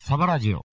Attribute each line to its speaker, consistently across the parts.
Speaker 1: サバラジオ。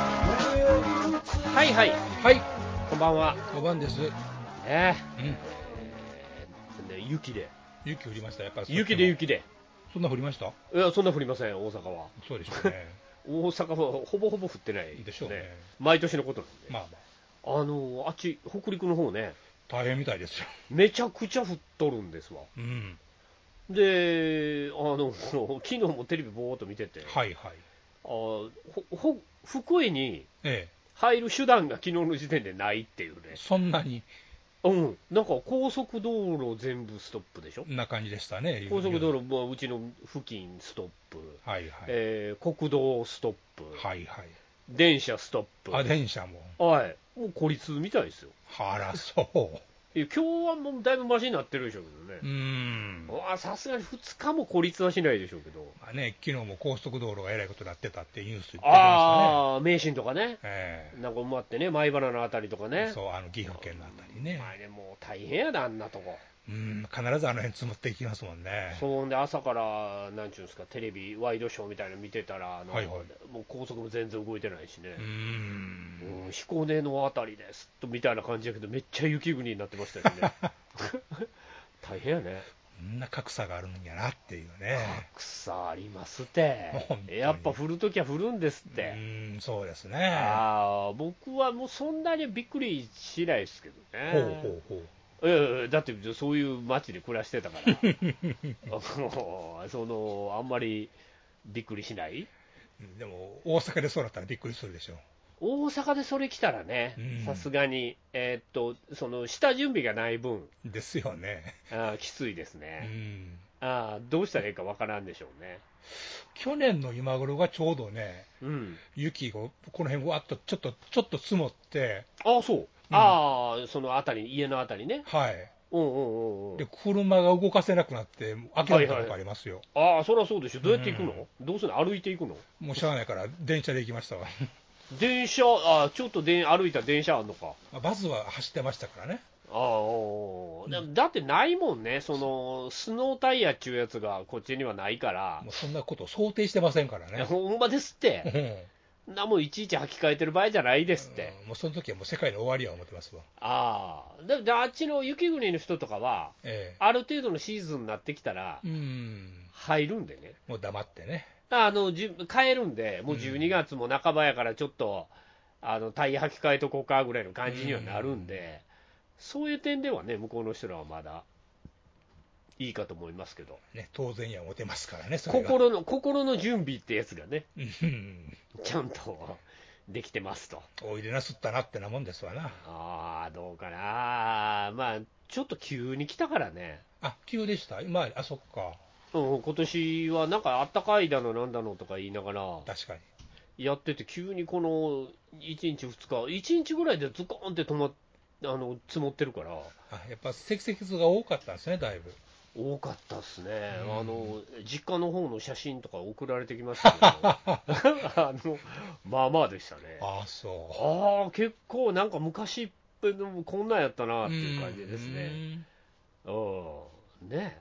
Speaker 2: はいはい、
Speaker 3: はい、
Speaker 2: こんばんは。
Speaker 3: 5番です。
Speaker 2: ね
Speaker 3: うん、
Speaker 2: え、ね雪で、
Speaker 3: 雪降りました、やっぱり。
Speaker 2: 雪で。雪で。
Speaker 3: そんな降りました
Speaker 2: いや、そんな降りません、大阪は。
Speaker 3: そうでしょうね。
Speaker 2: 大阪はほぼほぼ降ってない
Speaker 3: でしょうね
Speaker 2: 毎年のことなんで。
Speaker 3: まあまあ、
Speaker 2: あの、あっち、北陸の方ね、
Speaker 3: 大変みたいですよ。
Speaker 2: めちゃくちゃ降っとるんですわ。
Speaker 3: うん。
Speaker 2: で、あの、 昨日もテレビぼーっと見てて、
Speaker 3: はいはい。
Speaker 2: あほほ福井に
Speaker 3: え
Speaker 2: 入る手段が昨日の時点でないっていう
Speaker 3: え、
Speaker 2: ね。
Speaker 3: そんなに、
Speaker 2: うん、なんか高速道路全部ストップでしょ。
Speaker 3: な感じでしたね。
Speaker 2: 高速道。路、まあ、うちの付近ストップ。
Speaker 3: はいはい。
Speaker 2: えー国道ストップ、
Speaker 3: はいはい。
Speaker 2: 電車ストップ、
Speaker 3: あ、電車も。
Speaker 2: はい、もう孤立みたいですよ、
Speaker 3: あら、そ
Speaker 2: え今日はもうだいぶマシになってるでしょうけど
Speaker 3: う。
Speaker 2: ね、
Speaker 3: うん。
Speaker 2: うわさすがに2日も孤立はしないでしょうけど、
Speaker 3: まあね、昨日も高速道路がえらいことになってたってニュース言ってましたね。
Speaker 2: ああー、名神とかね、
Speaker 3: え
Speaker 2: なんか埋まってね、米原のあたりとか
Speaker 3: え
Speaker 2: ね、
Speaker 3: そう、あの、岐阜県のあたりね。
Speaker 2: まあねもう大変やな、あんなとこ、
Speaker 3: うん、必ずあの辺積もっていきますもんね。
Speaker 2: そんで朝から、なんちゅうんですか、テレビ、ワイドショーみたいなの見てたら、あの
Speaker 3: はいはい
Speaker 2: もう高速も全然動いてないしね
Speaker 3: う。ん。
Speaker 2: うん彦根のあたりですとみたいな感じだけど、めっちゃ雪国になってましたよ ね。大変やね。
Speaker 3: こんな格差があるんやなっていうね。
Speaker 2: 草ありますって
Speaker 3: 本。当に
Speaker 2: やっぱ降るときは降るんですっ
Speaker 3: う
Speaker 2: て。
Speaker 3: ーん、そうですね。
Speaker 2: ああ僕はもうそんなにびっくりしないですけど
Speaker 3: ほう
Speaker 2: ね。
Speaker 3: ほうほ。
Speaker 2: ええだってそういう街で暮らしてたから。 もうそのあんまりびっくりしないう
Speaker 3: でも、大阪でそうだったらびっくりするでしょう。
Speaker 2: 大阪でそれ来たらね
Speaker 3: うん、
Speaker 2: さすがに、えーっと、その下準備がない分、
Speaker 3: ですよね。
Speaker 2: あーきついですね。
Speaker 3: うん。
Speaker 2: ああどうしたらいいかわからんでしょうね。
Speaker 3: 去年の今頃がちょうどね、
Speaker 2: うん、
Speaker 3: 雪がこの辺わっとちょっと、ちょっと積もって、
Speaker 2: ああ、そう、ああ、そのあたり、家のあたりね、
Speaker 3: はい。
Speaker 2: うんうんうんう
Speaker 3: で
Speaker 2: ん、、
Speaker 3: 車が動かせなくなって、諦めたことありますよ。
Speaker 2: ああ、そりゃそうでしょ、どうやって行くの、どうするの、歩いて行くの、
Speaker 3: もうしゃあないから、電車で行き ましたわ。
Speaker 2: 電車、ああちょっとで歩いた電車あんのか、
Speaker 3: まあバスは走ってましたからね。
Speaker 2: ああ、おうおうだだってないもんね、そのスノータイヤっちゅうやつがこっちにはないから、
Speaker 3: もうそんなことを想定してませんから
Speaker 2: いや
Speaker 3: ね。
Speaker 2: ほんまですって、なもんいちいち履き替えてる場合じゃないです
Speaker 3: う
Speaker 2: っ
Speaker 3: ん
Speaker 2: て、
Speaker 3: もうその時はもう世界の終わりや思ってますわ。
Speaker 2: ああ、だだあっちの雪国の人とかは、
Speaker 3: え
Speaker 2: ある程度のシーズンになってきたら
Speaker 3: え。、うん。
Speaker 2: 入るんでね。
Speaker 3: もう黙ってね。
Speaker 2: あのじ買えるんで、もう
Speaker 3: うん
Speaker 2: 12月も半ばやから、ちょっと、あのタイヤ履き替えとこうかぐらいの感じにはなるんで、そういう点ではね、向こうの人らはまだいいかと思いますけど、
Speaker 3: ね、当然や思てますからね、それが。
Speaker 2: 心の心の準備ってやつがね、
Speaker 3: うん
Speaker 2: ちゃんとできてますと、
Speaker 3: おいでなすったなってなもんですわな。
Speaker 2: ああ、どうかな、まあ、ちょっと急に来たからね、
Speaker 3: あ、急でした今、あ、そっか。
Speaker 2: うん、今年はなんかあったかいだの、なんだのとか言いながら。
Speaker 3: 確かに。
Speaker 2: やってて、急にこの1日、2日、1日ぐらいでズコーンって止まっあの積もってるから、
Speaker 3: あ、やっぱ積雪が多かったんですね、だいぶ。
Speaker 2: 多かったですね、
Speaker 3: うん
Speaker 2: あの実家の方の写真とか送られてきましたけど、 あのまあまあでしたね、
Speaker 3: あ、そ
Speaker 2: ああ、結構なんか昔っぺのこんなんやった
Speaker 3: う。
Speaker 2: なっていう感じですね。
Speaker 3: うん。
Speaker 2: うんね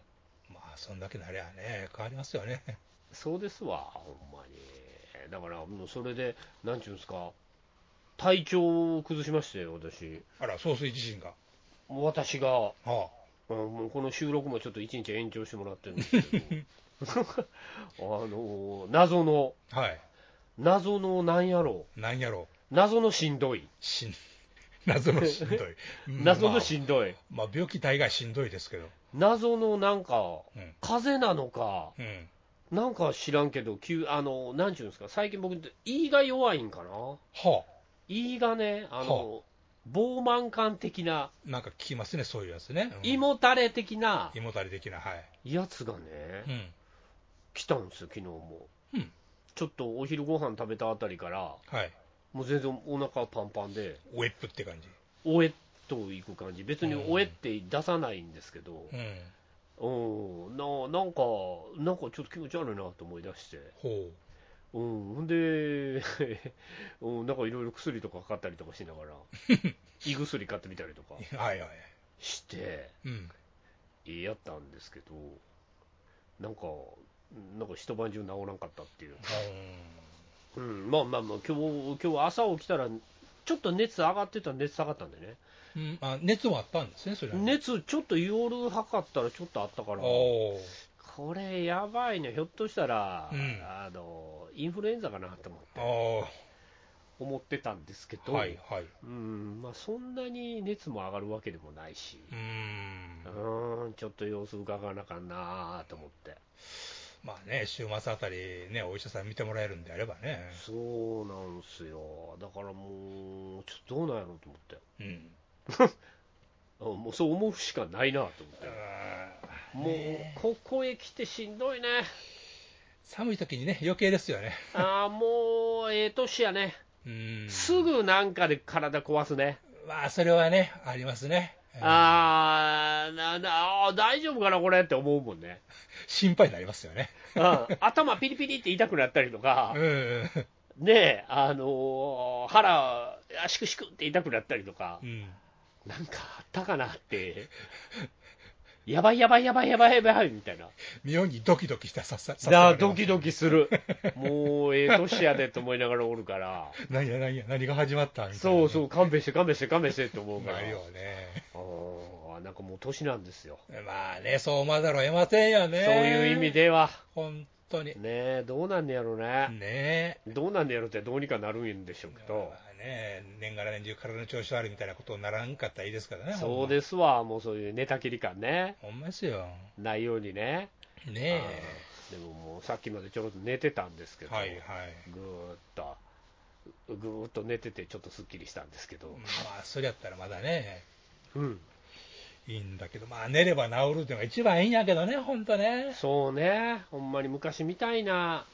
Speaker 2: え
Speaker 3: まあ、そんだけなりゃね、変わりますよね。
Speaker 2: そうですわ、ほんまに。だから、もうそれで、なんちゅうんですか、体調を崩しましたよ、私。
Speaker 3: あら、総帥自身が。
Speaker 2: 私があ
Speaker 3: あ
Speaker 2: もうこの収録もちょっと一日延長してもらってるんですけど、あの謎の、
Speaker 3: あはい。
Speaker 2: 謎のなんやろ
Speaker 3: なんやろ
Speaker 2: う、謎のしんどい、
Speaker 3: う。しん、 謎のしん どい。うん
Speaker 2: 謎のしんどい、
Speaker 3: まあ、まあ、病気大概しんどいですけど。
Speaker 2: 謎のなんか、
Speaker 3: うん。
Speaker 2: 風邪なのか、
Speaker 3: うん。
Speaker 2: なんか知らんけど、急あのなんちゅうんですか、最近僕、胃が弱いんかな、
Speaker 3: は
Speaker 2: 胃がね、あの、傲慢感的な、
Speaker 3: なんか聞きますね、そういうやつね。うん
Speaker 2: 胃もたれ的な
Speaker 3: 胃もたれ的な、はい。
Speaker 2: やつがね、
Speaker 3: うん。
Speaker 2: 来たんですよ、昨日も。
Speaker 3: うん
Speaker 2: ちょっとお昼ご飯食べたあたりから、
Speaker 3: はい。
Speaker 2: もう全然お腹パンパンで、
Speaker 3: ウェップって感じ。
Speaker 2: おえっといく感じ、別に
Speaker 3: うん
Speaker 2: おえって出さないんですけど、
Speaker 3: うん。
Speaker 2: うん、ななんか、なんかちょっと気持ち悪いなと思い出して、
Speaker 3: ほ
Speaker 2: うん、ほんで、 うん、なんかいろいろ薬とか買ったりとかしなが ら、胃薬買ってみたりとか
Speaker 3: う。はいはい。
Speaker 2: して、
Speaker 3: うん。
Speaker 2: やったんですけど、なんか、なんか一晩中治らんかったっていう。うん、まあまあまあ、今日今日朝起きたら、ちょっと熱上がってたら熱下がったんでね、
Speaker 3: うんうんあ熱はあったんですね、それは。
Speaker 2: 熱ちょっと夜測ったらちょっとあったから、こ
Speaker 3: おー
Speaker 2: れやばいね、ひょっとしたら、
Speaker 3: うん
Speaker 2: あのインフルエンザかなと思って
Speaker 3: あ
Speaker 2: 思ってたんですけ
Speaker 3: あ、
Speaker 2: ど、
Speaker 3: はいはい。
Speaker 2: うんまあ、そんなに熱も上がるわけでもないし、
Speaker 3: うーん
Speaker 2: う。ーん、ちょっと様子伺わなあかんなあと思って、
Speaker 3: まあね、週末あたり、ね、お医者さん見てもらえるんであればね。
Speaker 2: そうなんすよ、だからもう、ちょっとどうなんやろうと思って、
Speaker 3: うん。
Speaker 2: うんもうそう思うしかないなあと思って。もう
Speaker 3: ね
Speaker 2: ここへ来てしんどいね、
Speaker 3: 寒い時にね、余計ですよね。
Speaker 2: ああ、もうええ年やね、
Speaker 3: うん。
Speaker 2: すぐなんかで体壊すね、
Speaker 3: まあ、それはね、ありますね。うん
Speaker 2: あーななあー、大丈夫かな、これって思うもんね、
Speaker 3: 心配になりますよね。
Speaker 2: うん頭ピリピリって痛くなったりとか
Speaker 3: う、ん。
Speaker 2: ねえ、あのー腹、あしくしくって痛くなったりとか
Speaker 3: う、ん。
Speaker 2: なんかあったかなって、やばいやばいやばいやばいやばいみたいな。
Speaker 3: 妙にドキドキしたささ。さ
Speaker 2: だドキドキする、もうええ年やでと思いながらおるから。
Speaker 3: 何や何や何が始まったみたいな
Speaker 2: そうそう、勘弁して、勘弁して、勘弁してって思う
Speaker 3: う
Speaker 2: から、
Speaker 3: まいよね
Speaker 2: ああなんかもう年なんですよ、
Speaker 3: まあねそう思わざるを得ませんよね
Speaker 2: そういう意味では、
Speaker 3: 本当に
Speaker 2: ね
Speaker 3: ね
Speaker 2: え、どうなんねやろね、
Speaker 3: え
Speaker 2: どうなんねやろって、どうにかなるんでしょうけど
Speaker 3: ま、あね年がら年中体の調子悪いみたいなことにならんかったらいいですからね
Speaker 2: そうですすわ、もうそういう寝たきり感ね、
Speaker 3: ほんまですよ
Speaker 2: ないようにね、
Speaker 3: ね
Speaker 2: あーでももうさっきまでちょろっと寝てたんですけ
Speaker 3: え
Speaker 2: ど、
Speaker 3: はいはい
Speaker 2: ぐーっと、ぐーっと寝てて、ちょっとすっきりしたんですけど、
Speaker 3: まあそれやったらまだね
Speaker 2: うん、
Speaker 3: いいんだけどまあ寝れば治るっていうのが一番いいんやけどね本当ね
Speaker 2: そうね、ほんまに昔みたいな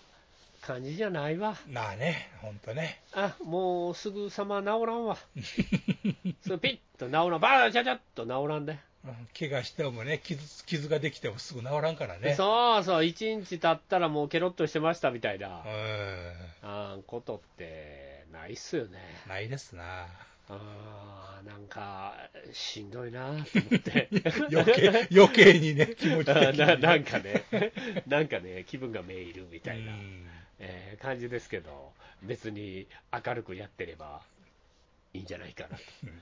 Speaker 2: 感じじゃないわ。
Speaker 3: まあね本当ね
Speaker 2: あもうすぐさま治らん わ、そうピッと治らん、ばーちゃちゃっと治らんで、
Speaker 3: うん怪我してもね傷つ傷ができてもすぐ治らんからね
Speaker 2: そうそう、1日経ったらもうケロッとしてましたみたいな、
Speaker 3: う
Speaker 2: あーことってないっすよね、
Speaker 3: んないです な
Speaker 2: あーなんかしんどいなと思 って、
Speaker 3: 余計余計にね、気持ち
Speaker 2: あ
Speaker 3: 的
Speaker 2: ー
Speaker 3: に
Speaker 2: ななん
Speaker 3: み
Speaker 2: かね、なんかね、気分がめいるみたいな、えー感じですけど、別に明るくやってればいいんじゃないかな。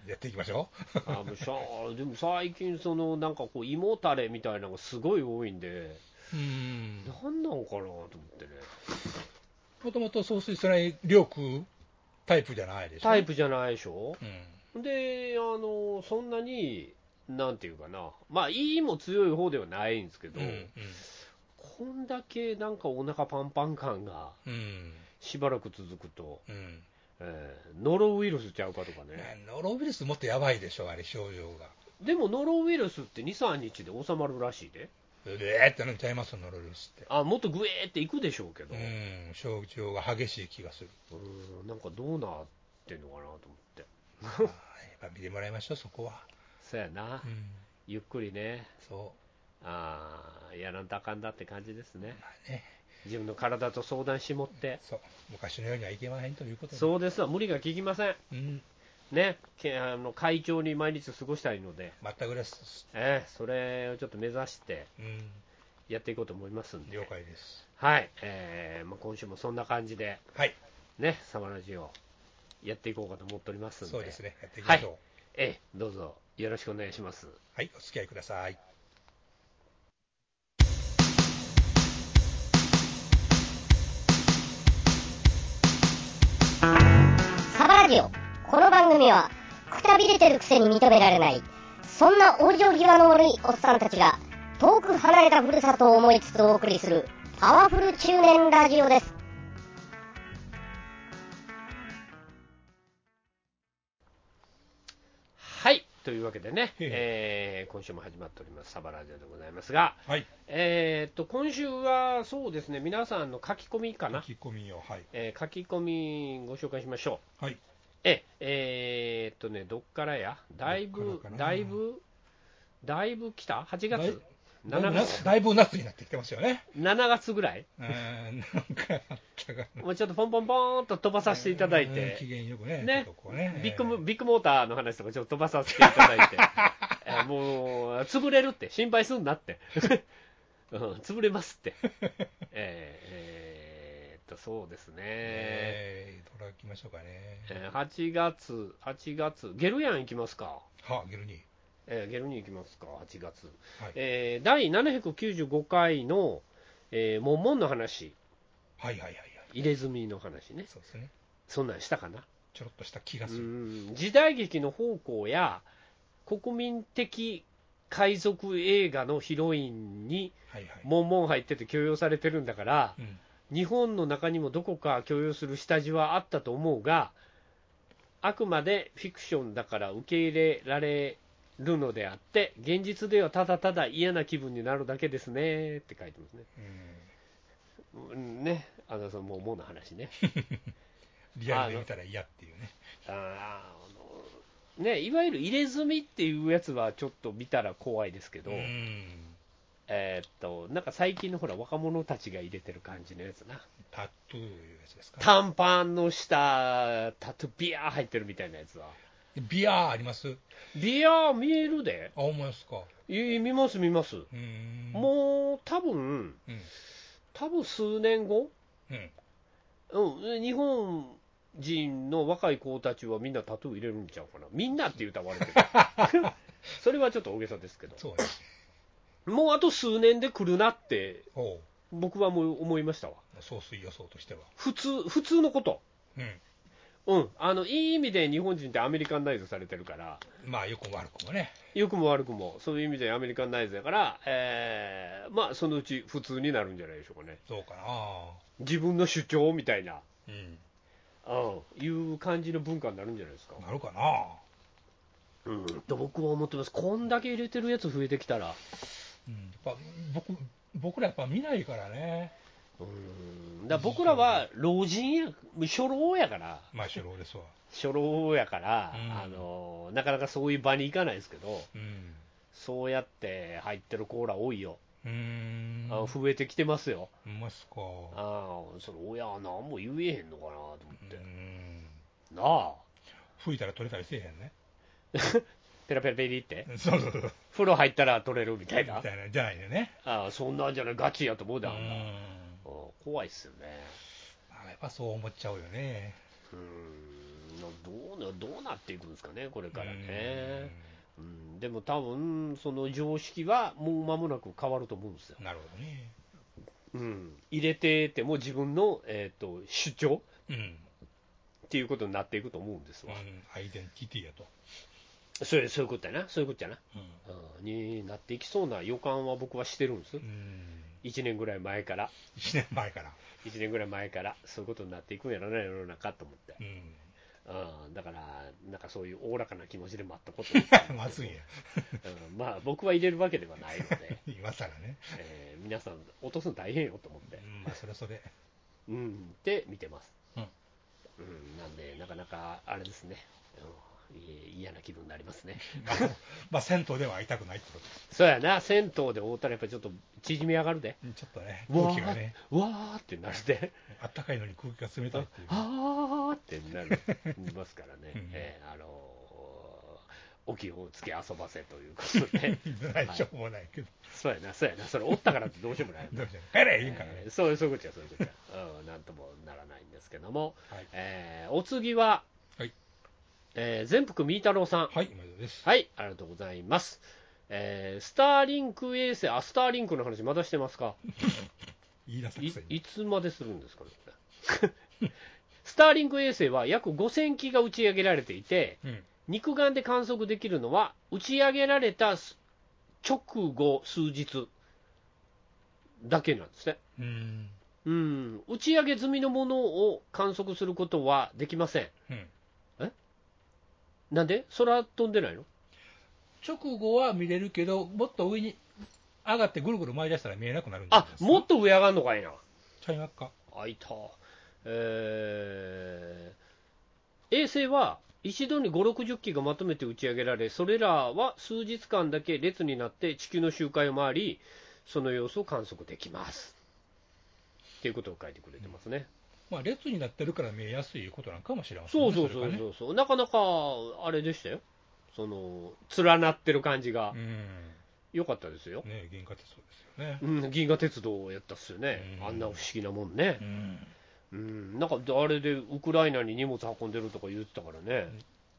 Speaker 3: やっていきましょ
Speaker 2: あもうしゃあでも最近そのなんかこう胃もたれみたいなのがすごい多いんで
Speaker 3: う。うん
Speaker 2: 何なんかなと思ってね
Speaker 3: もともと総帥それ量食うタイプじゃないでしょ。
Speaker 2: タイ
Speaker 3: プ。
Speaker 2: プじゃないでしょ
Speaker 3: うん。
Speaker 2: であのそんなになんていうかなまあ胃も強い方ではないんですけど、
Speaker 3: うん。
Speaker 2: こんだけなんかお腹パンパン感が
Speaker 3: うん。
Speaker 2: しばらく続くと、
Speaker 3: うん。
Speaker 2: えーノロウイルスちゃうかとかね
Speaker 3: ノロウイルスもっとやばいでしょ、あれ、症状が。
Speaker 2: でもノロウイルスって23日で収まるらしいで
Speaker 3: うえーってなっちゃいますノロウイルスって。
Speaker 2: あもっとグエーっていくでしょうけど、
Speaker 3: うん。症状が激しい気が する。
Speaker 2: うんなんかどうなってんのかなと思って、
Speaker 3: まあやっぱ見てもらいましょう、そこは。
Speaker 2: そやな
Speaker 3: う、ん。
Speaker 2: ゆっくりね、
Speaker 3: そ
Speaker 2: あーやらんとあかんだって感じですね
Speaker 3: う。、まあね。
Speaker 2: 自分の体と相談しもって、
Speaker 3: そう。昔のようにはいけませんということで。
Speaker 2: そうですわ、無理が効きません、
Speaker 3: うん。
Speaker 2: ね、けあの会長に毎日過ごしたいので、
Speaker 3: 全くです。
Speaker 2: えーそれをちょっと目指して
Speaker 3: うん。
Speaker 2: やっていこうと思いますんで、
Speaker 3: 了解です。
Speaker 2: はいえーまあ、今週もそんな感じで、
Speaker 3: はい。
Speaker 2: ね、サバラジオやっていこうかと思っておりますんで、
Speaker 3: そうですね。やっていきましょう。
Speaker 2: えーどうぞよろしくお願いします。
Speaker 3: はい、お付き合いください。
Speaker 1: サバラジオ。この番組は、くたびれてるくせに認められない、そんな往生際の悪いおっさんたちが、遠く離れたふるさとを思いつつお送りする、パワフル中年ラジオです。
Speaker 2: というわけで ね、えー今週も始まっております、サバラジオでございますが、
Speaker 3: はい、
Speaker 2: えーっと今週はそうですね、皆さんの書き込みか
Speaker 3: 書
Speaker 2: な、
Speaker 3: き込みを、はい、
Speaker 2: えー書き込みご紹介しましょう。
Speaker 3: はい
Speaker 2: ええーっとね、どっからや、だい
Speaker 3: どっ
Speaker 2: ぶ
Speaker 3: からか、な
Speaker 2: だいぶ、だいぶ来た、8
Speaker 3: だい
Speaker 2: 月、
Speaker 3: だいぶ
Speaker 2: 7
Speaker 3: 夏
Speaker 2: 月
Speaker 3: だいぶ夏になってきてますよね、
Speaker 2: 7月ぐらい、
Speaker 3: うーんなんかあったか
Speaker 2: もうちょっとポンポンポーンと飛ばさせていただい
Speaker 3: うん機
Speaker 2: て、
Speaker 3: 嫌よくね、
Speaker 2: ね
Speaker 3: ちょっとこうね
Speaker 2: ビッグモビッグモーターの話とか、ちょっと飛ばさせていただい て、えーもう、潰れるって、心配すんなって、 うん、潰れますって、えーえーっと、そうですね、
Speaker 3: えー、どれ行きましょうかね、
Speaker 2: えー8月、8月、ゲルヤン行きますか、
Speaker 3: はゲルニー、
Speaker 2: えーゲルに行きますか、8月、
Speaker 3: はい
Speaker 2: えー第795回の、えー、モンモンの話、
Speaker 3: はいはいはいはい、
Speaker 2: 入れ墨の話ね、
Speaker 3: そうですね、
Speaker 2: そんなんしたかな。
Speaker 3: ちょろっとした気が
Speaker 2: う
Speaker 3: する、
Speaker 2: ん時代劇の方向や国民的海賊映画のヒロインに
Speaker 3: はいはい、
Speaker 2: モンモン入ってて強要されてるんだから
Speaker 3: うん、
Speaker 2: 日本の中にもどこか強要する下地はあったと思うがあくまでフィクションだから受け入れられるのであって現実ではただただ嫌な気分になるだけですねって書いてますね。
Speaker 3: うん
Speaker 2: うんねあのそのモンモンの話 ね。
Speaker 3: リアルで見たら嫌っていうね、
Speaker 2: あーあのね、いわゆる入れ墨っていうやつはちょっと見たら怖いですけど、
Speaker 3: うん
Speaker 2: えーっとなんか最近のほら若者たちが入れてる感じのやつな
Speaker 3: タトゥーいうやつですか、
Speaker 2: 短パンの下タトゥービアー入ってるみたいなやつは
Speaker 3: ビアーあります
Speaker 2: ビアー見えるで
Speaker 3: あ、思いますか。
Speaker 2: い見ます見ます、
Speaker 3: うーん
Speaker 2: もう多分
Speaker 3: うん、
Speaker 2: 多分数年後、
Speaker 3: うん、
Speaker 2: うん、日本人の若い子たちはみんなタトゥー入れるんちゃうかなみんなって言うたら悪いけどそれはちょっと大げさですけど
Speaker 3: そうです。
Speaker 2: もうあと数年で来るなって、
Speaker 3: おう
Speaker 2: 僕はもう思いましたわ。
Speaker 3: 総水予想としては。
Speaker 2: 普通、普通のこと。
Speaker 3: うん。
Speaker 2: うん。あの、いい意味で日本人ってアメリカンナイズされてるから、
Speaker 3: まあ、よくも悪くもね。
Speaker 2: 良くも悪くも、そういう意味でアメリカンナイズだから、えー、まあ、そのうち普通になるんじゃないでしょうかね。
Speaker 3: そうかな。
Speaker 2: 自分の主張みたいな、
Speaker 3: うん。
Speaker 2: うん、いう感じの文化になるんじゃないですか。
Speaker 3: なるかな。
Speaker 2: うん。と僕は思ってます。こんだけ入れてるやつ増えてきたら、
Speaker 3: うん。やっぱ、僕、僕らやっぱ見ないからね。
Speaker 2: うん。だから僕らは老人や、初老やから、
Speaker 3: まあ、初老ですわ。
Speaker 2: 初老やから、
Speaker 3: うん
Speaker 2: あのなかなかそういう場に行かないですけど、
Speaker 3: うん。
Speaker 2: そうやって入ってるコーラ多いよ、
Speaker 3: うーん。
Speaker 2: あの増えてきてますよ、
Speaker 3: ほんまっすか。
Speaker 2: ああその親は何も言えへんのかなと思っ
Speaker 3: う
Speaker 2: て、
Speaker 3: ん。
Speaker 2: なあ、
Speaker 3: 吹いたら取れたりせえへんね。
Speaker 2: ペラペラペリって、
Speaker 3: そうそうそう。
Speaker 2: 風呂入ったら取れるみたい
Speaker 3: み
Speaker 2: な、
Speaker 3: たいな、じゃないでね。
Speaker 2: ああそんなんじゃない、ガチやと思う
Speaker 3: う
Speaker 2: だ、あんな、うん
Speaker 3: ん。
Speaker 2: 怖いっすよね、
Speaker 3: まあやっぱそう思っちゃうよね。
Speaker 2: うんどうな、どうなっていくんですかね、これから
Speaker 3: う
Speaker 2: ね。うん、でも多分その常識はもう間もなく変わると思うんですよ
Speaker 3: ん。なるほどね。
Speaker 2: うん、入れてても自分の、えー、と主張
Speaker 3: うん。
Speaker 2: っていうことになっていくと思うんです
Speaker 3: う
Speaker 2: わ、
Speaker 3: んアイデンティティやと。
Speaker 2: それそういうことやな、そういうことやな、
Speaker 3: うん。
Speaker 2: うん、になっていきそうな予感は僕はしてるんです、
Speaker 3: うん。
Speaker 2: 1年ぐらい前から、
Speaker 3: 1年前から。
Speaker 2: 1年ぐらい前から、そういうことになっていくんやろな、世の中と思って、
Speaker 3: うん。
Speaker 2: うん、だから、なんかそういうおおらかな気持ち で待っとこうと思ってるん
Speaker 3: ま
Speaker 2: です
Speaker 3: ず
Speaker 2: け
Speaker 3: い
Speaker 2: ど
Speaker 3: や。
Speaker 2: うんまあ、僕は入れるわけではないの で、
Speaker 3: 今更ね。
Speaker 2: えー皆さん、落とすの大変よと思って
Speaker 3: う。んまあ、それそ れ。
Speaker 2: うん、で見てます、
Speaker 3: うん
Speaker 2: うんなんで、なかなかあれですね、うんい嫌な気分になりますね、
Speaker 3: まあ、まあ、銭湯では会いたくないってことです。
Speaker 2: そうやな、銭湯で会うたら、やっぱちょっと縮み上がるで、
Speaker 3: ちょっとね、
Speaker 2: うわー
Speaker 3: 空気がね、
Speaker 2: うわーってなるで、
Speaker 3: あったかいのに空気が冷たいっていう。
Speaker 2: あーってなりますからね、
Speaker 3: うん、
Speaker 2: えーあのーお気をつけ遊ばせということで
Speaker 3: 大丈夫もないけど、
Speaker 2: そうやな、そうやな、それ、おったからってどうしようもない。
Speaker 3: どうじゃ帰れいいんからね
Speaker 2: え。ーそうそういうことや、そういう ことや、うん、なんともならないんですけども、
Speaker 3: はい
Speaker 2: えーお次は、
Speaker 3: はい
Speaker 2: えー全福みーたろうさん、
Speaker 3: はい、今です。
Speaker 2: はい、ありがとうございます。えースターリンク衛星、あ、スターリンクの話、まだしてますか、
Speaker 3: 言い出す
Speaker 2: い
Speaker 3: くせに。
Speaker 2: いつまでするんですかね、 これスターリンク衛星は約5000機が打ち上げられていて、
Speaker 3: うん。
Speaker 2: 肉眼で観測できるのは、打ち上げられたす直後、数日だけなんですね。
Speaker 3: うん。
Speaker 2: うん、打ち上げ済みのものを観測することはできません。
Speaker 3: うん
Speaker 2: なんで空飛んでないの
Speaker 3: 直後は見れるけど、もっと上に上がってぐるぐる回り出したら見えなくなるんじゃな
Speaker 2: あ
Speaker 3: いですか。
Speaker 2: もっと上上がんのかいな。
Speaker 3: ちゃいますか。
Speaker 2: あいた。えー衛星は一度に5、60機がまとめて打ち上げられ、それらは数日間だけ列になって地球の周回を回り、その様子を観測できます。っていうことを書いてくれてますね。
Speaker 3: まあ、列になってるから見えやすいことなんかもしれませ
Speaker 2: そ
Speaker 3: んね。
Speaker 2: うそうそう
Speaker 3: れがね
Speaker 2: そうそう、なかなかあれでしたよ。その連なってる感じが良かったですよ
Speaker 3: う。ん。ね銀河鉄道ですよね。
Speaker 2: うん、銀河鉄道をやったっすよね、
Speaker 3: うん
Speaker 2: あんな不思議なもんね
Speaker 3: う、ん。
Speaker 2: うん、なんかあれでウクライナに荷物運んでるとか言ってたからね、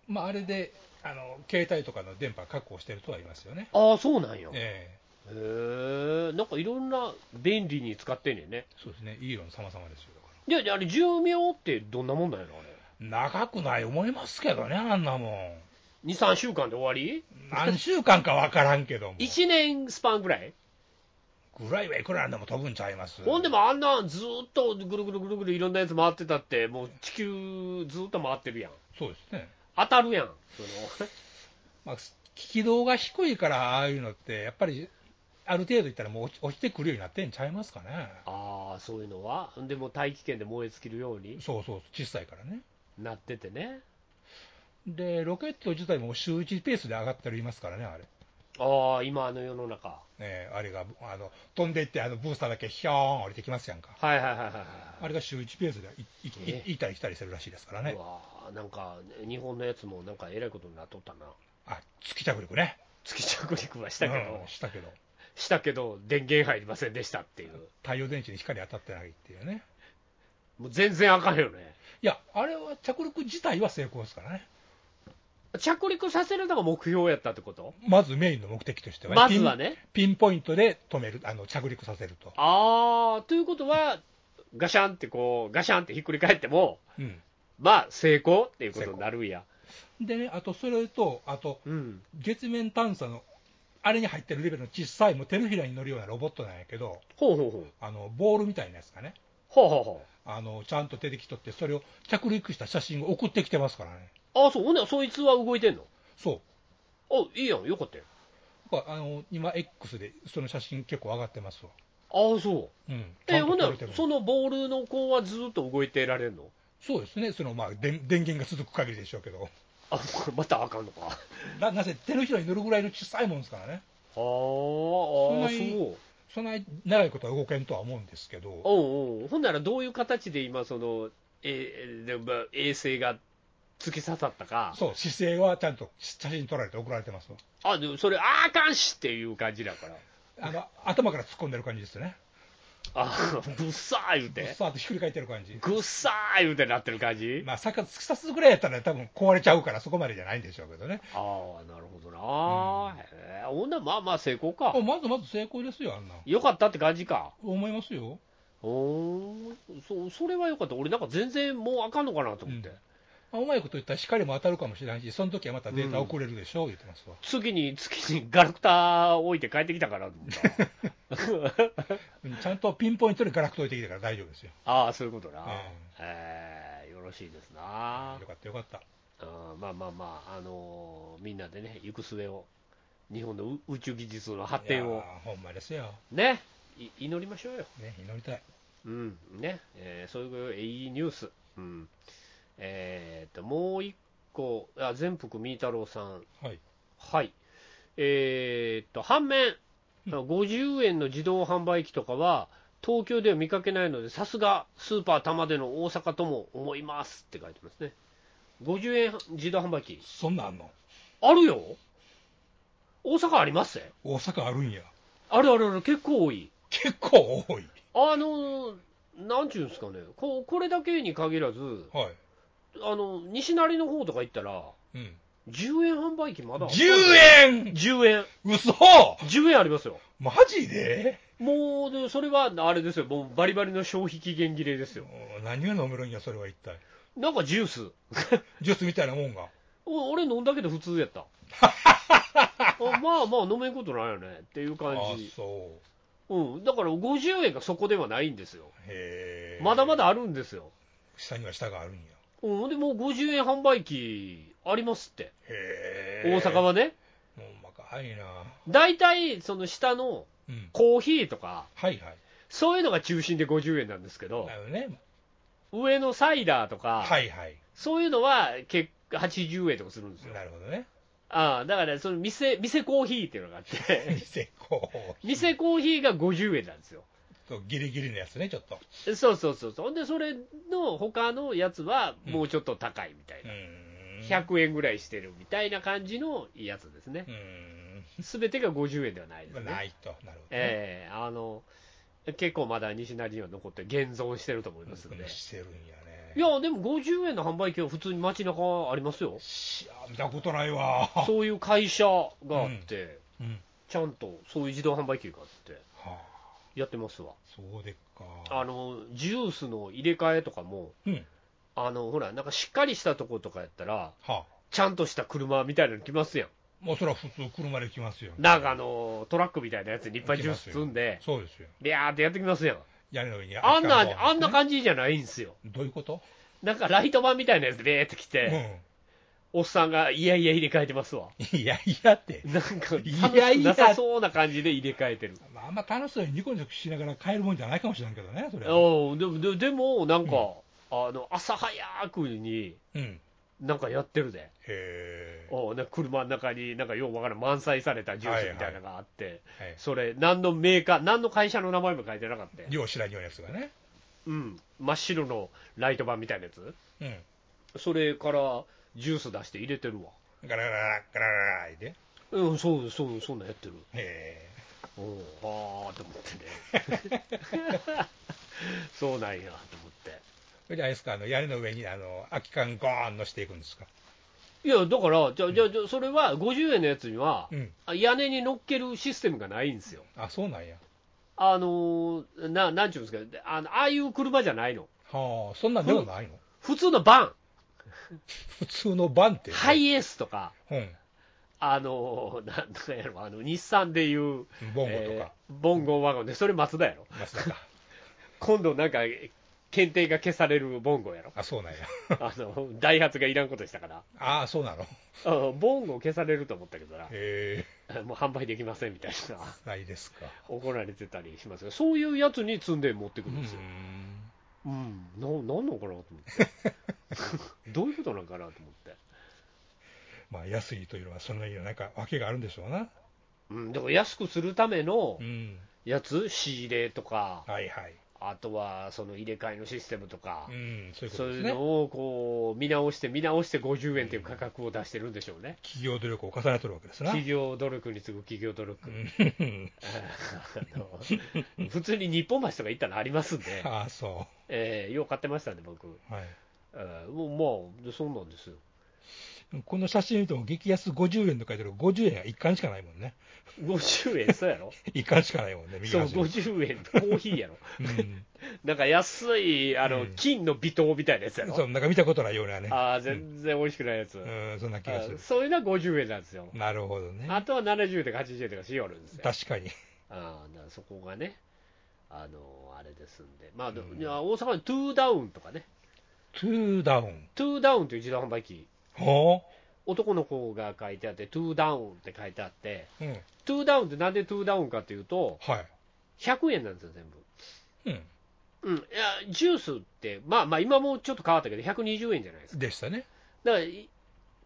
Speaker 3: まあ、あれで、あの、携帯とかの電波確保してるとは言いますよね。
Speaker 2: ああ、そうなんや、へ
Speaker 3: え
Speaker 2: え、なんかいろんな便利に使ってんねんね、
Speaker 3: えそうですね。イーロン様々ですよ。だか
Speaker 2: いや、あれ、寿命ってどんなもんなんやろ、あれ、
Speaker 3: ら長くない思いますけどね、あんなもん。
Speaker 2: 2、3週間で終わり、
Speaker 3: 何週間かわからんけども。
Speaker 2: 1年スパンぐらい、
Speaker 3: ぐらいはいくらなんでも飛ぶんちゃいます。
Speaker 2: ほんでもあんなずーっとぐるぐるぐるぐるいろんなやつ回ってたって、もう地球ずーっと回ってるやん、
Speaker 3: そうですね。
Speaker 2: 当たるやん、その
Speaker 3: まあ、軌道が低いから、ああいうのって、やっぱり、ある程度いったらもう落ち落ちてくるようになってんちゃいますかね。
Speaker 2: ああ、そういうのは、でもう大気圏で燃え尽きるように
Speaker 3: そうそう、小さいからね。
Speaker 2: なっててね。
Speaker 3: で、ロケット自体も週1ペースで上がっておりますからね、あれ。
Speaker 2: ああ、今あの世の中。
Speaker 3: えーあれが、あの、飛んでいって、あの、ブースターだけヒョーン降りてきますやんか。
Speaker 2: はいはいはいはい
Speaker 3: あれが週1ペースでいいい
Speaker 2: え
Speaker 3: 行ったり来たりするらしいですから
Speaker 2: はい。
Speaker 3: ね
Speaker 2: う。わあなんか、日本のやつもなんかえらいことになっとったな。
Speaker 3: あ、月着陸ね。
Speaker 2: 月着陸はしたけど、
Speaker 3: うんしたけど。
Speaker 2: したけど、電源入りませんでしたっていう。
Speaker 3: 太陽電池に光当たってないっていうね。
Speaker 2: もう全然あかんよね。
Speaker 3: いや、あれは着陸自体は成功ですからね。
Speaker 2: 着陸させるのが目標やったってこと
Speaker 3: まずメインの目的としては、
Speaker 2: まずはね。
Speaker 3: ピンピンポイントで止める、あの着陸させると、
Speaker 2: ああ、ということは、ガシャンってこう、ガシャンってひっくり返っても、
Speaker 3: うん
Speaker 2: まあ、成功っていうことになるんや。
Speaker 3: でね、あとそれと、あと
Speaker 2: うん。
Speaker 3: 月面探査の、あれに入ってるレベルの小さい、もう手のひらに乗るようなロボットなんやけど、
Speaker 2: ほうほうほう。
Speaker 3: あのボールみたいなやつがね、
Speaker 2: ほうほうほう。
Speaker 3: あのちゃんと出てきとって、それを着陸した写真を送ってきてますからね、
Speaker 2: ああ、そう、ほんならそいつは動いてんの
Speaker 3: そ
Speaker 2: あいいやん、よかったよ。
Speaker 3: う、だからあの今、X でその写真結構上がってますわ。
Speaker 2: ああ、そう。
Speaker 3: うん、ち
Speaker 2: え、
Speaker 3: ゃん
Speaker 2: ほ
Speaker 3: と
Speaker 2: んなら
Speaker 3: 撮れてる、
Speaker 2: そのボールの子はずっと動いてられるの
Speaker 3: そうですね、そのまあで電源が続く限りでしょうけど、
Speaker 2: あ、これまたあかんのか。は
Speaker 3: ななぜ手のひらに乗るぐらいの小さいもんですからね。
Speaker 2: あ、ああ、
Speaker 3: そんな
Speaker 2: そう
Speaker 3: に。そんなに長いことは動けんとは思うんですけど、
Speaker 2: うんうん。ほんなら、どういう形で今、その、え、えでまあ衛星が突き刺さったか。
Speaker 3: そう、姿勢はちゃんと写真撮られて送られてますわ
Speaker 2: あ、でもそれ、ああかんしっていう感じだから。
Speaker 3: あの頭から突っ込んでる感じですね、
Speaker 2: ああ、ぶっさー言うて。
Speaker 3: さーっとひっくり返ってる感じ、
Speaker 2: ぐっさー言うてなってる感じ。
Speaker 3: まあ、作家突き刺すぐらいやったら、多分壊れちゃうから、そこまでじゃないんでしょうけどね、
Speaker 2: ああ、なるほどな。へえほんなら、まあまあ成功か
Speaker 3: もう。まずまず成功ですよ、あんな、
Speaker 2: よかったって感じか。
Speaker 3: 思いますよ、
Speaker 2: おそそれはよかった、俺なんか全然もうあかんのかなと思って、
Speaker 3: うんまあ、うまいこと言ったら光も当たるかもしれないし、その時はまたデータ送れるでしょう、言ってますわ、
Speaker 2: 次に月にガラクタ置いて帰ってきたからと思 った、
Speaker 3: うんちゃんとピンポイントにガラクト置いてきたから大丈夫ですよ、
Speaker 2: ああ、そういうことな、
Speaker 3: え
Speaker 2: えーよろしいですな
Speaker 3: よ、かったよかった、
Speaker 2: あーまあまあまあ、あのーみんなでね、行く末を、日本のう宇宙技術の発展
Speaker 3: いや
Speaker 2: を
Speaker 3: ーほんまですよ、
Speaker 2: ね、い祈りましょうよ、
Speaker 3: ね、祈りたい、
Speaker 2: うんねえーそういういいニュース、うんえー、ともう一個、あ全福みー太郎さん、
Speaker 3: はい、
Speaker 2: はい。えーっと、反面、50円の自動販売機とかは、東京では見かけないので、さすがスーパー玉での大阪とも思いますって書いてますね。50円自動販売機。
Speaker 3: そんなんあんの、
Speaker 2: あるよ大阪ありますね
Speaker 3: 大阪あるんや、
Speaker 2: あるあるある、結構多い。
Speaker 3: 結構多い、
Speaker 2: あの、なんちゅうんですかね、ここれだけに限らず、
Speaker 3: はい、
Speaker 2: あの、西成の方とか行ったら、
Speaker 3: うん、
Speaker 2: 10円販売機まだあったんだよ
Speaker 3: 10円
Speaker 2: ?10 円。
Speaker 3: 嘘
Speaker 2: 10円ありますよ。
Speaker 3: マジで
Speaker 2: もうね、それはあれですよ、もうバリバリの消費期限切れですよ、
Speaker 3: もう何が飲めるんや、それは一体。
Speaker 2: なんかジュース、
Speaker 3: ジュースみたいなもんが。
Speaker 2: お俺飲んだけど普通や った、あまあまあ飲めんことないよねっていう感
Speaker 3: あ
Speaker 2: じ、
Speaker 3: そう。
Speaker 2: うん、だから50円がそこではないんですよ、
Speaker 3: へえ。
Speaker 2: まだま。だあるんですよ、
Speaker 3: 下には下があるんや。
Speaker 2: うん、でもう50円販売機ありますって、
Speaker 3: へえ。
Speaker 2: 大阪はね、
Speaker 3: ほんまか。高いな。
Speaker 2: 大体その下の
Speaker 3: うん。
Speaker 2: コーヒーとか、
Speaker 3: はいはい。
Speaker 2: そういうのが中心で50円なんですけど
Speaker 3: な、るほどね。
Speaker 2: 上のサイダーとか、
Speaker 3: はいはい。
Speaker 2: そういうのは結80円とかするんですよ。
Speaker 3: なるほどね。
Speaker 2: ああだからその店店コーヒーっていうのがあっ て、
Speaker 3: 店こう。
Speaker 2: 店コーヒーが50円なんですよ。
Speaker 3: とギリギリのやつね、ちょっと。
Speaker 2: そうそうそうそう、ほんでそれの他のやつはもうちょっと高いみたいうな、
Speaker 3: ーん。
Speaker 2: 100円ぐらいしてるみたいな感じのやつですね
Speaker 3: う、ー
Speaker 2: すべてが50円ではないです
Speaker 3: ん。
Speaker 2: ね。
Speaker 3: ないと。なるほどね。
Speaker 2: ええあの結構まだ西成には残って現存してると思いますんで、
Speaker 3: うん
Speaker 2: い
Speaker 3: してるんやね。
Speaker 2: や、でも50円の販売機は普通に街中ありますよ、
Speaker 3: いや見たことないわ。
Speaker 2: そういう会社があって、
Speaker 3: うん。
Speaker 2: ちゃんとそういう自動販売機があって、
Speaker 3: はあ。
Speaker 2: やってますわ。
Speaker 3: そうでっか。
Speaker 2: あのジュースの入れ替えとかも
Speaker 3: うん。
Speaker 2: あのほらなんかしっかりしたとことかやったら
Speaker 3: はあ。
Speaker 2: ちゃんとした車みたいなの来ますやん、
Speaker 3: もうそれは普通車で来ますよ。
Speaker 2: なんかあのトラックみたいなやつにいっぱいジュース積んで、
Speaker 3: そうですよ。
Speaker 2: ビャーってやってきますやん、
Speaker 3: 屋根の上に
Speaker 2: あんな、あんな
Speaker 3: か
Speaker 2: 感じじゃないんですよ、
Speaker 3: どういうこと
Speaker 2: なんかライト版みたいなやつ、ビャーって来
Speaker 3: う
Speaker 2: て、
Speaker 3: ん。
Speaker 2: おっさんがいやいや入れ替えてますわ、
Speaker 3: いやいやって。
Speaker 2: なんか楽
Speaker 3: い
Speaker 2: し
Speaker 3: や
Speaker 2: く
Speaker 3: いや
Speaker 2: なさそうな感じで入れ替えてる、
Speaker 3: まあ、あんま楽しそうにニコニコしながら帰るもんじゃないかもしれんけどね、それは。
Speaker 2: おでもででも、なんか、あの朝早くに
Speaker 3: うん。へ
Speaker 2: なんかやってるで。
Speaker 3: え。
Speaker 2: おうなんか車の中に、なんかようわからん、満載されたジュースみたいなのがあって、
Speaker 3: はい
Speaker 2: それ、何のメーカー、何の会社の名前も書いてなかったよ、
Speaker 3: よう知らんようなやつがね。
Speaker 2: うん、真っ白のライト版みたいなやつ、
Speaker 3: うん。
Speaker 2: それからジュース出して入れてるわ、
Speaker 3: ガラガラガラガラガラで。へ
Speaker 2: うん、そう、そう、そんなんやってる、
Speaker 3: え。
Speaker 2: うん、あーと思ってね、 そうなんやと思って。
Speaker 3: それであれですか、あの、屋根の上に、あの、空き缶ゴーンのしていくんですか。
Speaker 2: いや、だから、じゃあ、じゃあじゃあ、それは50円のやつには
Speaker 3: う、ん。
Speaker 2: あ屋根に乗っけるシステムがないんですよ。
Speaker 3: あ、そうなんや。
Speaker 2: あのーななんちゅうんですかあの、ああいう車じゃないの、
Speaker 3: はあ、そんなんでもないの
Speaker 2: 普通のバ
Speaker 3: 普通のバンって。
Speaker 2: ン、ハ。イエースとか、
Speaker 3: うん。
Speaker 2: あのーなんなんやろあの、日産でいう、
Speaker 3: ボンゴと
Speaker 2: えー
Speaker 3: か、
Speaker 2: ボンゴワゴンで、それ松田やろ、
Speaker 3: マスダか。、
Speaker 2: 今度なんか、検定が消されるボンゴやろ
Speaker 3: あ、そうなんや。
Speaker 2: あのダイハツがいらんことしたから、
Speaker 3: ああ、そうなの。へ
Speaker 2: うんボンゴ消されると思ったけどな、
Speaker 3: え。
Speaker 2: もう販売できませんみたいな、
Speaker 3: ないですか。
Speaker 2: 怒られてたりしますよそういうやつに積んで持ってく
Speaker 3: う
Speaker 2: るんですよ。
Speaker 3: ん。
Speaker 2: うん、ななんなのかなと思って、 どういうことなんかなと思って、
Speaker 3: まあ、安いというのは、そんなになんか、わけがあるんでしょうな。
Speaker 2: うん、でも安くするための
Speaker 3: うん。
Speaker 2: やつ、仕入れとか、
Speaker 3: はいはい。
Speaker 2: あとはその入れ替えのシステムとか
Speaker 3: う、ん、そういうこ
Speaker 2: そ
Speaker 3: と
Speaker 2: う
Speaker 3: で
Speaker 2: いう
Speaker 3: すね。
Speaker 2: のをこう見直して、見直して50円という価格を出してるんでしょうね、
Speaker 3: 企業努力を重ねとるわけですな。
Speaker 2: 企業努力に次ぐ企業努力、
Speaker 3: うん。
Speaker 2: あの普通に日本橋とか行ったのありますんで、
Speaker 3: ああ、そ
Speaker 2: えーよう買ってましたね、僕、
Speaker 3: う。はい。
Speaker 2: えーもうまあ、そうなんですよ。
Speaker 3: この写真見ても、激安50円と書いてある50円が1貫しかないもんね。
Speaker 2: 50円、そうやろ
Speaker 3: 1貫しかないもんね、右
Speaker 2: そう、
Speaker 3: 端に。
Speaker 2: 50円、コーヒーやろ。
Speaker 3: うん。
Speaker 2: なんか安い、あの、
Speaker 3: うん
Speaker 2: 金の微糖みたいなやつやろ。
Speaker 3: そう、なんか見たことないようなね。
Speaker 2: ああ、全然美味しくないやつ。
Speaker 3: うん、そんな気
Speaker 2: あ
Speaker 3: が
Speaker 2: ー
Speaker 3: する。
Speaker 2: そういうのは50円なんですよ。
Speaker 3: なるほどね。
Speaker 2: あとは70円とか80円とかしよるんですよ。
Speaker 3: 確かに。
Speaker 2: ああ、だからそこがね、あの、あれですんで。まあ、で
Speaker 3: うん
Speaker 2: いや大阪のトゥーダウンとかね、
Speaker 3: トゥーダウン。
Speaker 2: トゥーダウンという自動販売機、
Speaker 3: ほ
Speaker 2: 男の子が書いてあって、トゥーダウンって書いてあって、
Speaker 3: う。うん。
Speaker 2: トゥーダウンってなんでトゥーダウンかっていうと、
Speaker 3: はい。
Speaker 2: 100円なんですよ、全部。
Speaker 3: うん。
Speaker 2: うん、いやジュースって、まあまあ、今もちょっと変わったけど、120円じゃないですか。
Speaker 3: でしたね。
Speaker 2: だから、い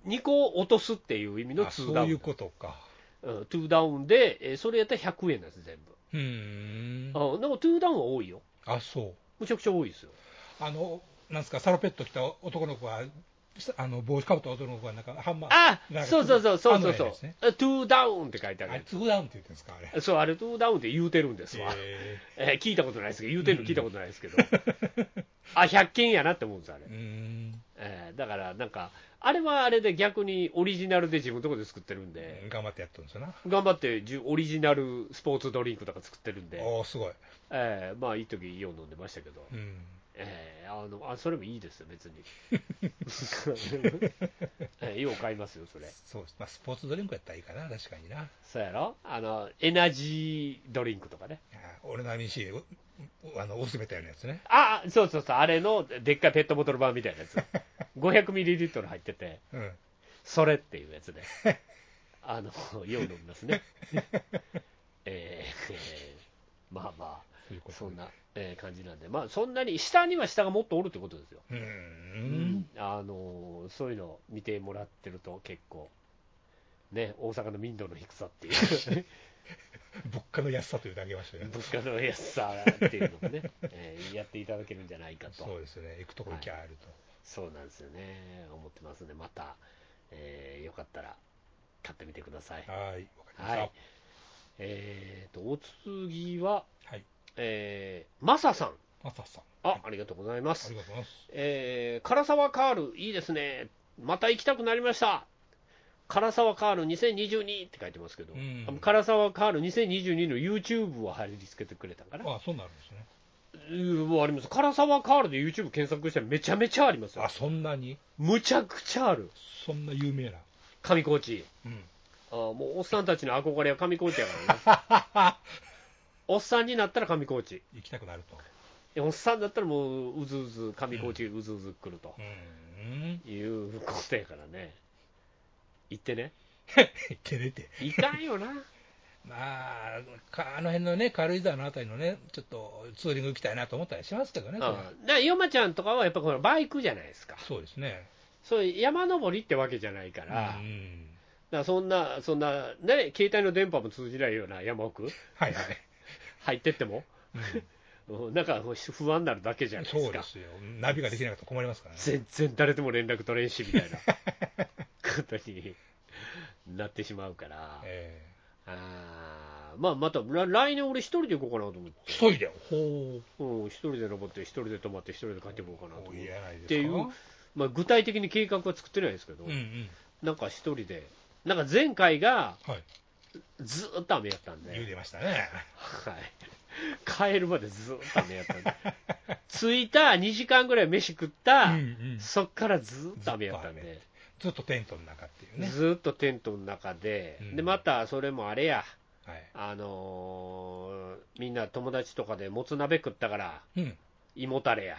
Speaker 2: 2個落とすっていう意味の
Speaker 3: あ
Speaker 2: ツ
Speaker 3: そ
Speaker 2: ーダ
Speaker 3: う
Speaker 2: ウン、
Speaker 3: いうことか。
Speaker 2: うんトゥーダウンで、えーそれやったら100円なんです、全部。
Speaker 3: うーん。
Speaker 2: あでも、トゥーダウンは多いよ、
Speaker 3: あ、そう。
Speaker 2: むちゃくちゃ多いですよ。
Speaker 3: あの、なんですか、サロペット着た男の子が、あの帽子かぶった男の子が、なんか、ハンマー、
Speaker 2: あ
Speaker 3: なんか
Speaker 2: そうそうそうそうそう
Speaker 3: あの
Speaker 2: そ
Speaker 3: や
Speaker 2: う
Speaker 3: つね、
Speaker 2: あトゥーダウンって書いて
Speaker 3: あ
Speaker 2: あ
Speaker 3: れ、
Speaker 2: る、
Speaker 3: ツーダウンって言ってんですか、あれ。
Speaker 2: そう、あれ、トゥーダウンって言うてるんですわ、
Speaker 3: え
Speaker 2: えー聞いたことないですけど、言うてるの聞いたことないですけど、あ100件やなって思うんです、あれ
Speaker 3: ー、う。ー
Speaker 2: えーだから、なんか、あれはあれで逆にオリジナルで自分のところで作ってるんで。
Speaker 3: ん。頑張ってやっとるんですよな。
Speaker 2: 頑張ってじゅオリジナルスポーツドリンクとか作ってるんで、
Speaker 3: おおすごい。
Speaker 2: えーまあいい時いいよ飲んでましたけど、
Speaker 3: うん。
Speaker 2: えーあのあそれもいいですよ、 別に。えーよう買いますよ、それ。
Speaker 3: そうです。まあ、スポーツドリンクやったらいいかな、確かにな。あ
Speaker 2: そうやろあのエナジードリンクとかね。
Speaker 3: 俺の MC で、ううあの、おすすめたようなやつね。
Speaker 2: あそうそうそう、あれのでっかいペットボトル版みたいなやつ。500ミリリットル入ってて、
Speaker 3: うん。
Speaker 2: それっていうやつで。あの、よう飲みますね。えーえーまあま
Speaker 3: というこ
Speaker 2: あ、
Speaker 3: と
Speaker 2: そ
Speaker 3: で
Speaker 2: んな、えー感じなんで、まあ、そんなに、下には下がもっとおるってことですよ。
Speaker 3: うーん。
Speaker 2: あのーそういうのを見てもらってると結構、ね、大阪の民度の低さって いう、
Speaker 3: 物価の安さというだけましたよね。
Speaker 2: 物価の安さっていうのもね、えーやっていただけるんじゃないかと、
Speaker 3: そうですね。行くとこ行きゃあると。
Speaker 2: そうなんですよね、思ってますんで、また、えーよかったら買ってみてください。
Speaker 3: はい。わかりまし
Speaker 2: はい、えーと、お次は、
Speaker 3: た。はい。
Speaker 2: えー、マサさん。
Speaker 3: マサさん。
Speaker 2: あ、ありがとうございま
Speaker 3: あ
Speaker 2: す
Speaker 3: り。がとうございます。
Speaker 2: えー、唐沢カール、いいですね。また行きたくなりました。唐沢カール2022って書いてますけど、
Speaker 3: うん
Speaker 2: あの唐沢カール2022の YouTube を貼り付けてくれたんかな。
Speaker 3: ああ、そうなるんですね。
Speaker 2: うんもうあります。唐沢カールで YouTube 検索したらめちゃめちゃありますよ
Speaker 3: あ、。そんなに
Speaker 2: むちゃくちゃある。
Speaker 3: そんな有名な。
Speaker 2: 上高地。
Speaker 3: うん。
Speaker 2: あーもうおっさんたちの憧れは上高地やから ね。おっさんになったら上高地。
Speaker 3: 行きたくなると。
Speaker 2: えおっさんだったらもううずうず、上高地うずうず来ると
Speaker 3: う。ーん。
Speaker 2: いうことやからね、行ってね、
Speaker 3: 照れて。
Speaker 2: いかんよ な、
Speaker 3: まあ、かあの辺のね、軽井沢のあたりのね、ちょっとツーリング行きたいなと思ったりしますけどね、これは
Speaker 2: うん、だヨマちゃんとかはやっぱこのバイクじゃないですか、
Speaker 3: そうですね。
Speaker 2: そういう山登りってわけじゃないか
Speaker 3: う
Speaker 2: ら、だか
Speaker 3: ん。
Speaker 2: らそんな、そんな、ね、携帯の電波も通じないような山奥、
Speaker 3: はいはい。
Speaker 2: 入ってっても、 うんなんか不安になるだけじゃないで
Speaker 3: そ
Speaker 2: す
Speaker 3: うで
Speaker 2: か、
Speaker 3: すよ。ナビができなかったら困りますからね。
Speaker 2: 全然誰とも連絡取れんしみたいなことになってしまうから、
Speaker 3: え
Speaker 2: あーまあ、またら来年、俺、一人で行こうかなと思って
Speaker 3: え。。一人で。ほ
Speaker 2: うん、一人で登って、一人で泊まって、一人で帰ってこようかなと
Speaker 3: う。
Speaker 2: 思
Speaker 3: いいじ
Speaker 2: う、
Speaker 3: ゃないですか。
Speaker 2: っていうまあ、具体的に計画は作ってないですけど、
Speaker 3: うんうん。
Speaker 2: なんか一人で、なんか前回が
Speaker 3: はい。
Speaker 2: ずーっと雨やったん
Speaker 3: 言う
Speaker 2: で、
Speaker 3: てましたね。
Speaker 2: はい、帰るまでずーっと雨やった んで、着いた2時間ぐらい飯食った、
Speaker 3: うんうん。
Speaker 2: そっからずーっと雨やったん
Speaker 3: ずっ
Speaker 2: で、
Speaker 3: ずっとテントの中っていうね。
Speaker 2: ずーっとテントの中で、
Speaker 3: うん
Speaker 2: でまたそれもあれや、
Speaker 3: はい。
Speaker 2: あのーみんな友達とかでもつ鍋食ったから、
Speaker 3: うん。
Speaker 2: 胃もたれ や。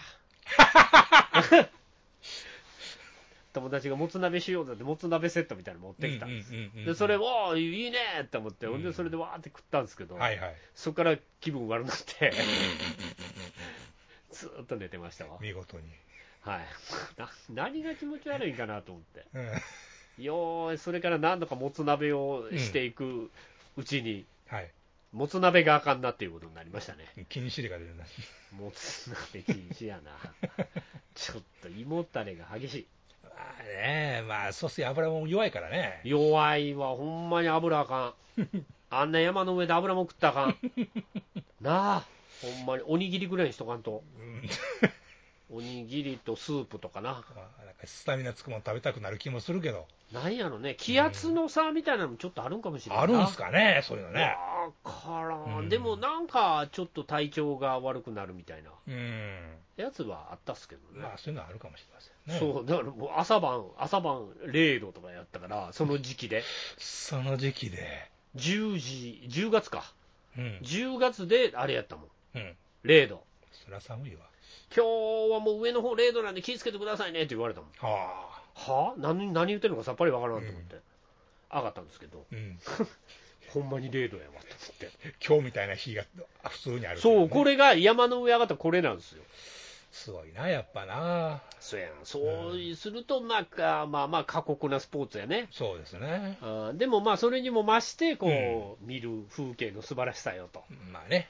Speaker 2: 友達がもつ鍋しようだって、もつ鍋セットみたいなの持ってきたんです。
Speaker 3: うんうんうんうん
Speaker 2: で、それ、おーいいねーって思って、ほん
Speaker 3: う
Speaker 2: で、
Speaker 3: ん
Speaker 2: それでわーって食ったんですけど、
Speaker 3: はいはい。
Speaker 2: そこから気分悪くなって、 ずーっと寝てましたわ。
Speaker 3: 見事に。
Speaker 2: はい。な何が気持ち悪いんかなと思って。
Speaker 3: うん。
Speaker 2: よーい、それから何度かもつ鍋をしていくうちに、
Speaker 3: はい。
Speaker 2: もつ鍋があかんなっていうことになりましたね。
Speaker 3: 禁止令が出るな。
Speaker 2: もつ鍋禁止や な。ちょっと胃もたれが激し
Speaker 3: まあね、まあ、そうすると油も弱いからね
Speaker 2: い。。弱いわ、ほんまに油あかん。あんな山の上で油も食ったらあかん。なあ、ほんまにおにぎりぐらいにしとかんと。
Speaker 3: うん
Speaker 2: おにぎりとスープとかな。
Speaker 3: まあなんかスタミナつくもの食べたくなる気もするけど、
Speaker 2: なんやろね、気圧の差みたいなのもちょっとあるんかもしれないな。
Speaker 3: あるんすかね、そういうのね。
Speaker 2: わから。
Speaker 3: うんん
Speaker 2: でもなんかちょっと体調が悪くなるみたいな
Speaker 3: うん。
Speaker 2: やつはあったっすけどね。
Speaker 3: まあ、そういうのはあるかもしれませんね。
Speaker 2: そう、だからもう朝晩、朝晩0度とかやったから、その時期で。
Speaker 3: その時期で。
Speaker 2: 10時、10月か、
Speaker 3: うん。
Speaker 2: 10月であれやったもん、
Speaker 3: うん。
Speaker 2: 0度、
Speaker 3: そりゃ寒いわ。
Speaker 2: 今日はもう上の方0度なんで気をつけてくださいねって言われたもん、
Speaker 3: はあ。
Speaker 2: はあ、何何言ってるのかさっぱりわからんと思って、上がったんですけど、
Speaker 3: うん。
Speaker 2: ほんまに0度やわと思って、
Speaker 3: 今日みたいな日があ普通にあるとい
Speaker 2: そ
Speaker 3: ね、
Speaker 2: う、これが山の上上がったらこれなんですよ、
Speaker 3: すごいな、やっぱな。
Speaker 2: そうやん、そうすると、まあ、まあまあ、過酷なスポーツやね。
Speaker 3: そうですね。
Speaker 2: あーでもまあそれにも増してこう、見る風景の素晴らしさよと
Speaker 3: まあね。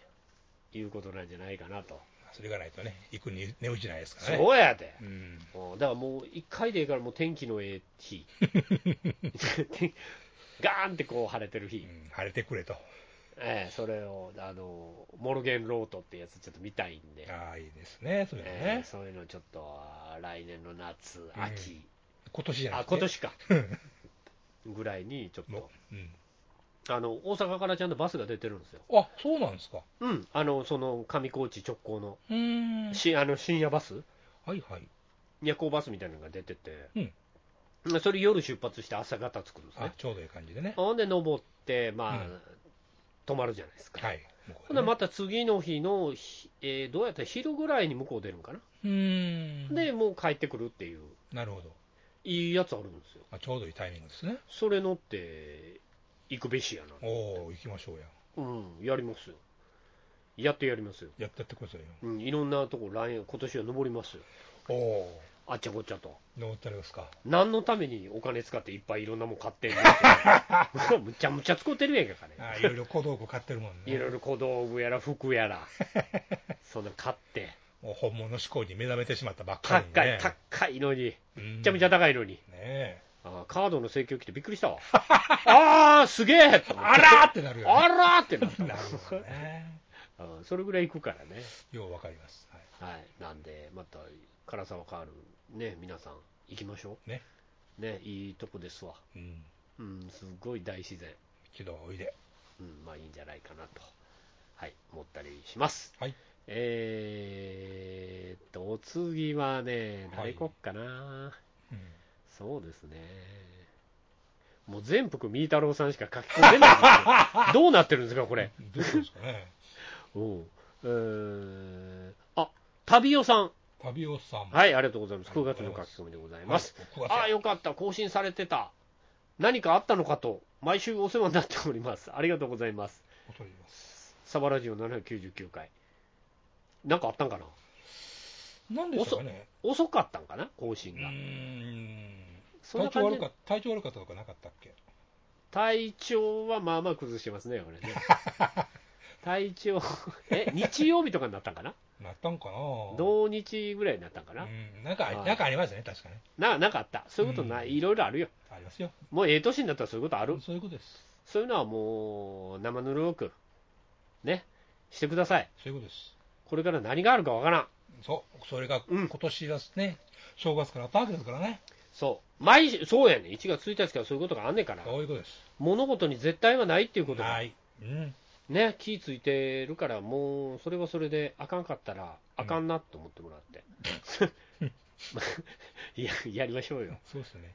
Speaker 2: いうことなんじゃないかなと、
Speaker 3: それがないとね、行くに値打ちないですからね。
Speaker 2: そうやで、
Speaker 3: うん。
Speaker 2: うんだからもう1回でいいからもう天気のええ 日天ガーンってこう晴れてる日、
Speaker 3: うん晴れてくれと。
Speaker 2: ええそれをあのモルゲンロートってやつちょっと見たいんで、
Speaker 3: ああ、いいですね、そういうの
Speaker 2: ええ
Speaker 3: ね。
Speaker 2: そういうのちょっと来年の夏
Speaker 3: うん
Speaker 2: 秋、
Speaker 3: 今年じゃな
Speaker 2: あ
Speaker 3: くて。
Speaker 2: 今年 かぐらいにちょっ
Speaker 3: も
Speaker 2: と
Speaker 3: う。うん。
Speaker 2: あの大阪からちゃんとバスが出てるんですよ
Speaker 3: あ、そうなんですか。
Speaker 2: うんあのその上高地直行の
Speaker 3: うーん。
Speaker 2: しあの深夜バス
Speaker 3: はいはい。
Speaker 2: 夜行バスみたいなのが出てて、
Speaker 3: うん
Speaker 2: まあそれ夜出発して朝方着くんですね
Speaker 3: あ、ちょうどいい感じでね。
Speaker 2: ほんで登って、まあ、
Speaker 3: うん
Speaker 2: 泊まるじゃないですか。
Speaker 3: はい。
Speaker 2: ほんでまた次の日のひ、えーどうやったら昼ぐらいに向こう出るんかな。
Speaker 3: うーん。
Speaker 2: で、もう帰ってくるっていう、
Speaker 3: なるほど。
Speaker 2: いいやつあるんですよ。
Speaker 3: まあ、ちょうどいいタイミングですね。
Speaker 2: それ乗って行くべしやな。
Speaker 3: おお、行きましょうや。
Speaker 2: うん、やりますよ。やってやりますよ。
Speaker 3: やってやってくださいよ。
Speaker 2: うん、いろんなとこ、来年、今年は登りますよ。
Speaker 3: おお
Speaker 2: あっちゃこっちゃと。
Speaker 3: ー、登ったりですか。
Speaker 2: 何のためにお金使っていっぱいいろんなもん買ってんの むちゃむちゃ使ってるやんかね。
Speaker 3: あーいろいろ小道具買ってるもん ね。
Speaker 2: いろいろ小道具やら服や ら、そんな買って、
Speaker 3: もう本物志向に目覚めてしまったばっかりに、
Speaker 2: 高い
Speaker 3: ね。、
Speaker 2: 高いのに、
Speaker 3: め
Speaker 2: めちゃめちゃ
Speaker 3: だ。
Speaker 2: 高いのに、
Speaker 3: ねえ。
Speaker 2: あーカードの請求来てびっくり したわ。あー、すげえ
Speaker 3: あらーってなるよ、ね。
Speaker 2: あらーってなっ
Speaker 3: なるほ
Speaker 2: た
Speaker 3: どね。
Speaker 2: あーそれぐらい行くからね。
Speaker 3: ようわかります。はい。
Speaker 2: はい、なんで、また辛さは変わる、ね、皆さん、行きましょう。
Speaker 3: ね。
Speaker 2: ね、いいとこですわ。
Speaker 3: うん。
Speaker 2: うん、すごい大自然。
Speaker 3: 一度おいで。
Speaker 2: うん、まあいいんじゃないかなと、はい、思ったりします。
Speaker 3: はい。
Speaker 2: えーっと、お次はね、
Speaker 3: は
Speaker 2: 誰
Speaker 3: い
Speaker 2: こっかな、
Speaker 3: うん。
Speaker 2: そうですね。もう全幅みーたろうさんしか書き込んでないんです よ。どうなってるんですか、これ。
Speaker 3: どうしますかね。
Speaker 2: うん。えー、あ、旅オさん。
Speaker 3: 旅オさん。い。
Speaker 2: はい、ありがとうございます。9月の書き込みでございます。
Speaker 3: はい。
Speaker 2: ああ、よかった。更新されてた。何かあったのかと、毎週お世話になっております。ありがとうございます。
Speaker 3: おとります。
Speaker 2: サバラジオ799回。なんかあったんかな
Speaker 3: なんでしょうかね。
Speaker 2: 遅かったんかな更
Speaker 3: う
Speaker 2: 新
Speaker 3: ー
Speaker 2: が。
Speaker 3: ん。
Speaker 2: そんな
Speaker 3: 体
Speaker 2: 感
Speaker 3: 調
Speaker 2: じ
Speaker 3: 悪かった、体調悪かったとかなかったっけ
Speaker 2: 体調はまあまあ崩してますね、これ ね。体調、え、日曜日とかになったんかな
Speaker 3: なったんかな
Speaker 2: 同日ぐらいになったんか
Speaker 3: う
Speaker 2: な、
Speaker 3: ん、なんか
Speaker 2: はい、
Speaker 3: なんかありますね、確かね。
Speaker 2: ななんかあった。そういうことない、
Speaker 3: うん
Speaker 2: いろいろあるよ。
Speaker 3: ありますよ。
Speaker 2: もうええ年になったらそういうことある。
Speaker 3: そういうことです。
Speaker 2: そういうのはもう、生ぬるく、ね、してください。
Speaker 3: そういうことです。
Speaker 2: これから何があるかわからん。
Speaker 3: そう、それが
Speaker 2: うん
Speaker 3: 今年だすね、正月からあったわけですからね。
Speaker 2: そう。毎週、そうやねん。1月1日からそういうことがあんねんから。
Speaker 3: そういうことです。
Speaker 2: 物事に絶対はないっていうことが
Speaker 3: は、い。うん。
Speaker 2: ね、気ぃついてるから、もう、それはそれで、あかんかったら、あかんなと思ってもらって。 いや、やりましょうよ。
Speaker 3: そうですね。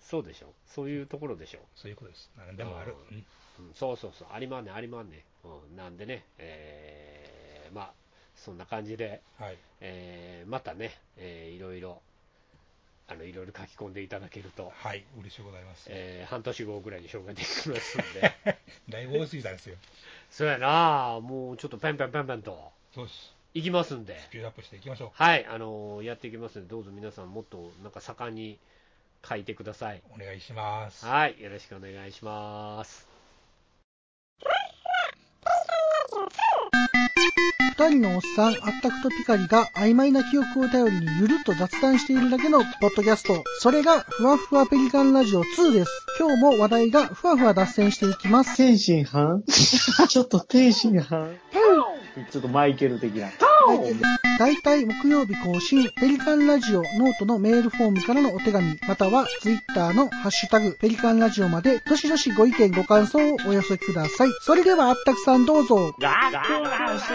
Speaker 2: そうでしょ。そういうところでしょ。
Speaker 3: そういうことです。何でもある。
Speaker 2: う
Speaker 3: うん
Speaker 2: うん、そうそうそう。ありまんねん、ありまんねん。うん、なんでね、えー、まあ、そんな感じで、
Speaker 3: はい。
Speaker 2: えー、またね、えー、いろいろ、あの、いろいろ書き込んでいただけると、
Speaker 3: はい。嬉しいございます。
Speaker 2: えー、半年後ぐらいに紹介できますんで。
Speaker 3: だいぶ多すぎたんですよ。
Speaker 2: そうやなもうちょっとペンペンペンペンと、
Speaker 3: そうです。
Speaker 2: いきますんで。
Speaker 3: スピードアップしていきましょ
Speaker 2: はい、あのーやっていきますので、どうぞ皆さん、もっとなんか盛んに書いてください。
Speaker 3: う。お願いします。
Speaker 2: はい、よろしくお願いします。
Speaker 4: 二人のおっさん、あったくとピカリが曖昧な記憶を頼りにゆるっと雑談しているだけのポッドキャスト。それが、ふわふわペリカンラジオ2です。今日も話題がふわふわ脱線していきます。
Speaker 5: 天津飯ちょっと天津飯ちょっとマイケル的な。
Speaker 4: だいたい木曜日更新、ペリカンラジオノートのメールフォームからのお手紙、またはツイッターのハッシュタグ、ペリカンラジオまで、どしどしご意見ご感想をお寄せください。それではあったくさんどうぞ。
Speaker 5: ガクラス